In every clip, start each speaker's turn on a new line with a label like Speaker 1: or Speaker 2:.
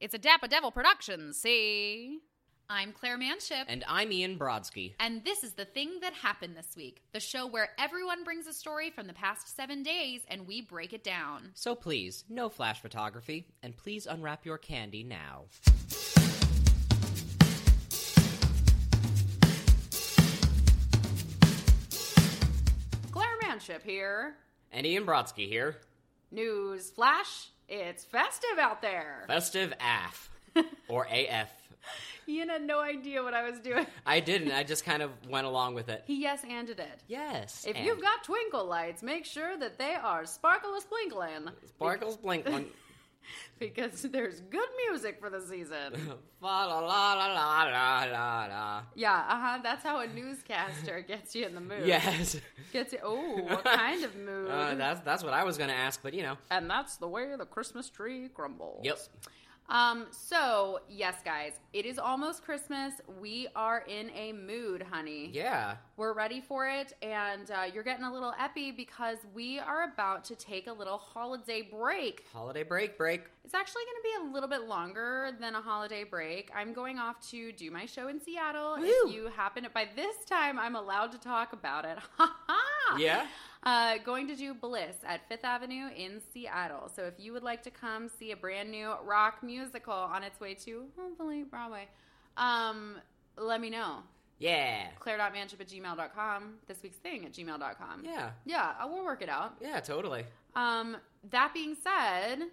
Speaker 1: It's a Dappa Devil production, see? I'm Claire Manship.
Speaker 2: And I'm Ian Brodsky.
Speaker 1: And this is the thing that happened this week the show where everyone brings a story from the past seven days and we break it down.
Speaker 2: So please, no flash photography, and please unwrap your candy now.
Speaker 1: Claire Manship here.
Speaker 2: And Ian Brodsky here.
Speaker 1: News flash it's festive out there.
Speaker 2: Festive AF. or AF.
Speaker 1: Ian had no idea what I was doing.
Speaker 2: I didn't. I just kind of went along with it.
Speaker 1: He yes anded it.
Speaker 2: Yes.
Speaker 1: If
Speaker 2: and
Speaker 1: you've got twinkle lights, make sure that they are sparkle as blinklin'.
Speaker 2: Sparkles blink. blink.
Speaker 1: because there's good music for the season.
Speaker 2: Fa la la la la la la la.
Speaker 1: yeah, uh huh. That's how a newscaster gets you in the mood.
Speaker 2: Yes.
Speaker 1: Gets you. Oh, what kind of mood?
Speaker 2: Uh, that's that's what I was gonna ask, but you know.
Speaker 1: and that's the way the Christmas tree crumbles.
Speaker 2: Yep.
Speaker 1: Um. So yes, guys, it is almost Christmas. We are in a mood, honey.
Speaker 2: Yeah.
Speaker 1: We're ready for it, and uh, you're getting a little eppy because we are about to take a little holiday break.
Speaker 2: Holiday break, break.
Speaker 1: It's actually going to be a little bit longer than a holiday break. I'm going off to do my show in Seattle. If
Speaker 2: Woo!
Speaker 1: you happen to, by this time, I'm allowed to talk about it. Ha ha!
Speaker 2: Yeah.
Speaker 1: Uh, going to do Bliss at Fifth Avenue in Seattle. So if you would like to come see a brand new rock musical on its way to hopefully Broadway, um, let me know.
Speaker 2: Yeah.
Speaker 1: Claire.manship at gmail.com. This week's thing at gmail.com.
Speaker 2: Yeah.
Speaker 1: Yeah, I will work it out.
Speaker 2: Yeah, totally.
Speaker 1: Um, that being said,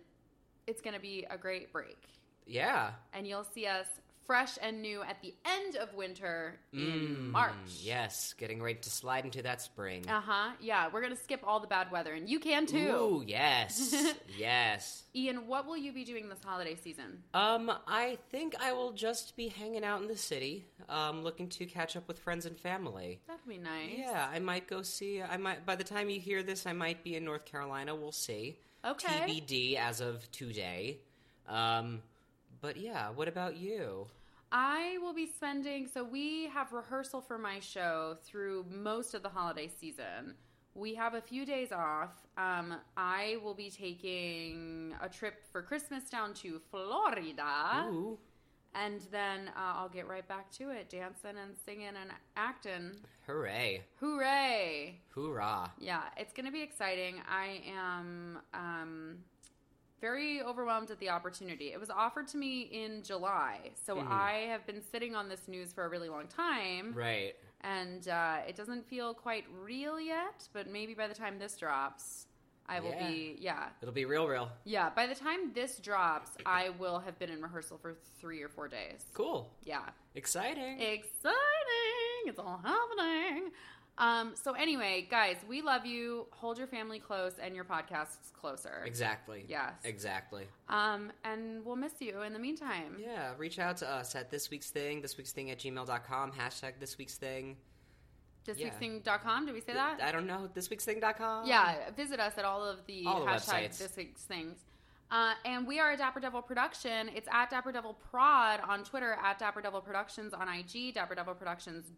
Speaker 1: it's going to be a great break.
Speaker 2: Yeah.
Speaker 1: And you'll see us fresh and new at the end of winter in
Speaker 2: Mm,
Speaker 1: March.
Speaker 2: Yes, getting ready to slide into that spring.
Speaker 1: Uh huh. Yeah, we're going to skip all the bad weather, and you can too.
Speaker 2: Ooh, yes. yes.
Speaker 1: Ian, what will you be doing this holiday season?
Speaker 2: Um, I think I will just be hanging out in the city, um, looking to catch up with friends and family.
Speaker 1: That'd be nice.
Speaker 2: Yeah, I might go see. I might. By the time you hear this, I might be in North Carolina. We'll see.
Speaker 1: Okay.
Speaker 2: TBD as of today. Um, but yeah, what about you?
Speaker 1: I will be spending, so we have rehearsal for my show through most of the holiday season. We have a few days off. Um, I will be taking a trip for Christmas down to Florida.
Speaker 2: Ooh,
Speaker 1: And then uh, I'll get right back to it dancing and singing and acting.
Speaker 2: hooray,
Speaker 1: Hooray!
Speaker 2: hoorah!
Speaker 1: Yeah, it's going to be exciting. I am um, very overwhelmed at the opportunity. It was offered to me in July, so
Speaker 2: Mhm.
Speaker 1: I have been sitting on this news for a really long time,
Speaker 2: Right.
Speaker 1: and uh, it doesn't feel quite real yet. But maybe by the time this drops, I will
Speaker 2: Yeah.
Speaker 1: be yeah.
Speaker 2: It'll be real, real.
Speaker 1: Yeah, by the time this drops, I will have been in rehearsal for three or four days.
Speaker 2: Cool.
Speaker 1: Yeah.
Speaker 2: Exciting.
Speaker 1: Exciting! It's all happening. Um, so anyway, guys, we love you. Hold your family close and your podcasts closer.
Speaker 2: exactly.
Speaker 1: Yes.
Speaker 2: Exactly.
Speaker 1: Um, and we'll miss you in the meantime.
Speaker 2: Mm-hmm. Yeah, reach out to us at this week's thing, this week's thing at gmail.com, hashtag this week's thing.
Speaker 1: This
Speaker 2: Yeah.
Speaker 1: week's thing.com, did we say that?
Speaker 2: I don't know, this week's thing.com?
Speaker 1: yeah, visit us at all of the,
Speaker 2: All the
Speaker 1: hashtag
Speaker 2: websites.
Speaker 1: this week's things. Uh, and we are a Dapper Devil Production. It's at Dapper Devil Prod on Twitter, at Dapper Devil Productions on IG, Dapper Devil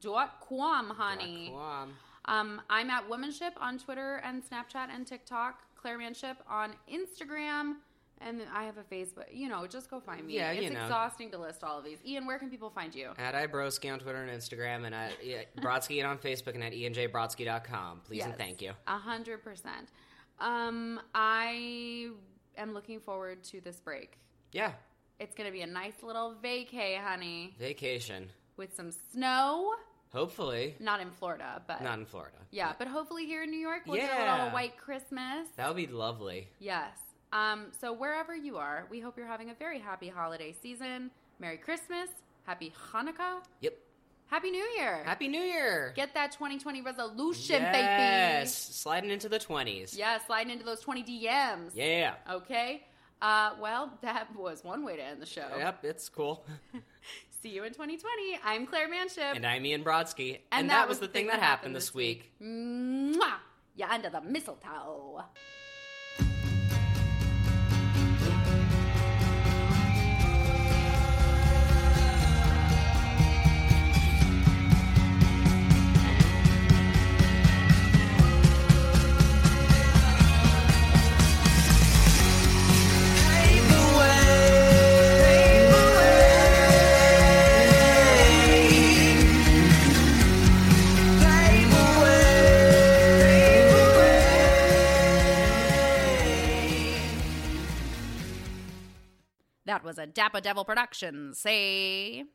Speaker 1: Productions.com, honey.
Speaker 2: Quam.
Speaker 1: Um, I'm at Womanship on Twitter and Snapchat and TikTok. Claremanship on Instagram. And then I have a Facebook. You know, just go find me.
Speaker 2: Yeah,
Speaker 1: it's
Speaker 2: you know.
Speaker 1: exhausting to list all of these. Ian, where can people find you?
Speaker 2: At Ibroski on Twitter and Instagram, and at yeah, Brodsky and on Facebook, and at E enjbrodsky.com. Please and
Speaker 1: Yes.
Speaker 2: thank you.
Speaker 1: A hundred percent. Um, I am looking forward to this break.
Speaker 2: Yeah,
Speaker 1: It's gonna be a nice little vacay, honey,
Speaker 2: vacation.
Speaker 1: with some snow.
Speaker 2: Hopefully,
Speaker 1: Not in Florida, but
Speaker 2: not in Florida.
Speaker 1: yeah, but hopefully here in New York we'll get a
Speaker 2: Yeah.
Speaker 1: little white Christmas.
Speaker 2: That would be lovely.
Speaker 1: Yes. Um, so wherever you are, we hope you're having a very happy holiday season. Merry Christmas, Happy Hanukkah,
Speaker 2: Yep.
Speaker 1: Happy New Year.
Speaker 2: Happy New Year.
Speaker 1: Get that 2020 resolution,
Speaker 2: yes. Sliding into the 20s.
Speaker 1: baby. Yeah, sliding into those 20 DMs.
Speaker 2: Yeah.
Speaker 1: Okay. Uh, well, that was one way to end the show.
Speaker 2: Yep, it's cool.
Speaker 1: See you in 2020. I'm Claire Manship.
Speaker 2: And I'm Ian Brodsky. And, that, was the thing that happened this week.
Speaker 1: Mwah! You're under the mistletoe.
Speaker 3: Away.
Speaker 1: That was a Dappa Devil Productions. Say.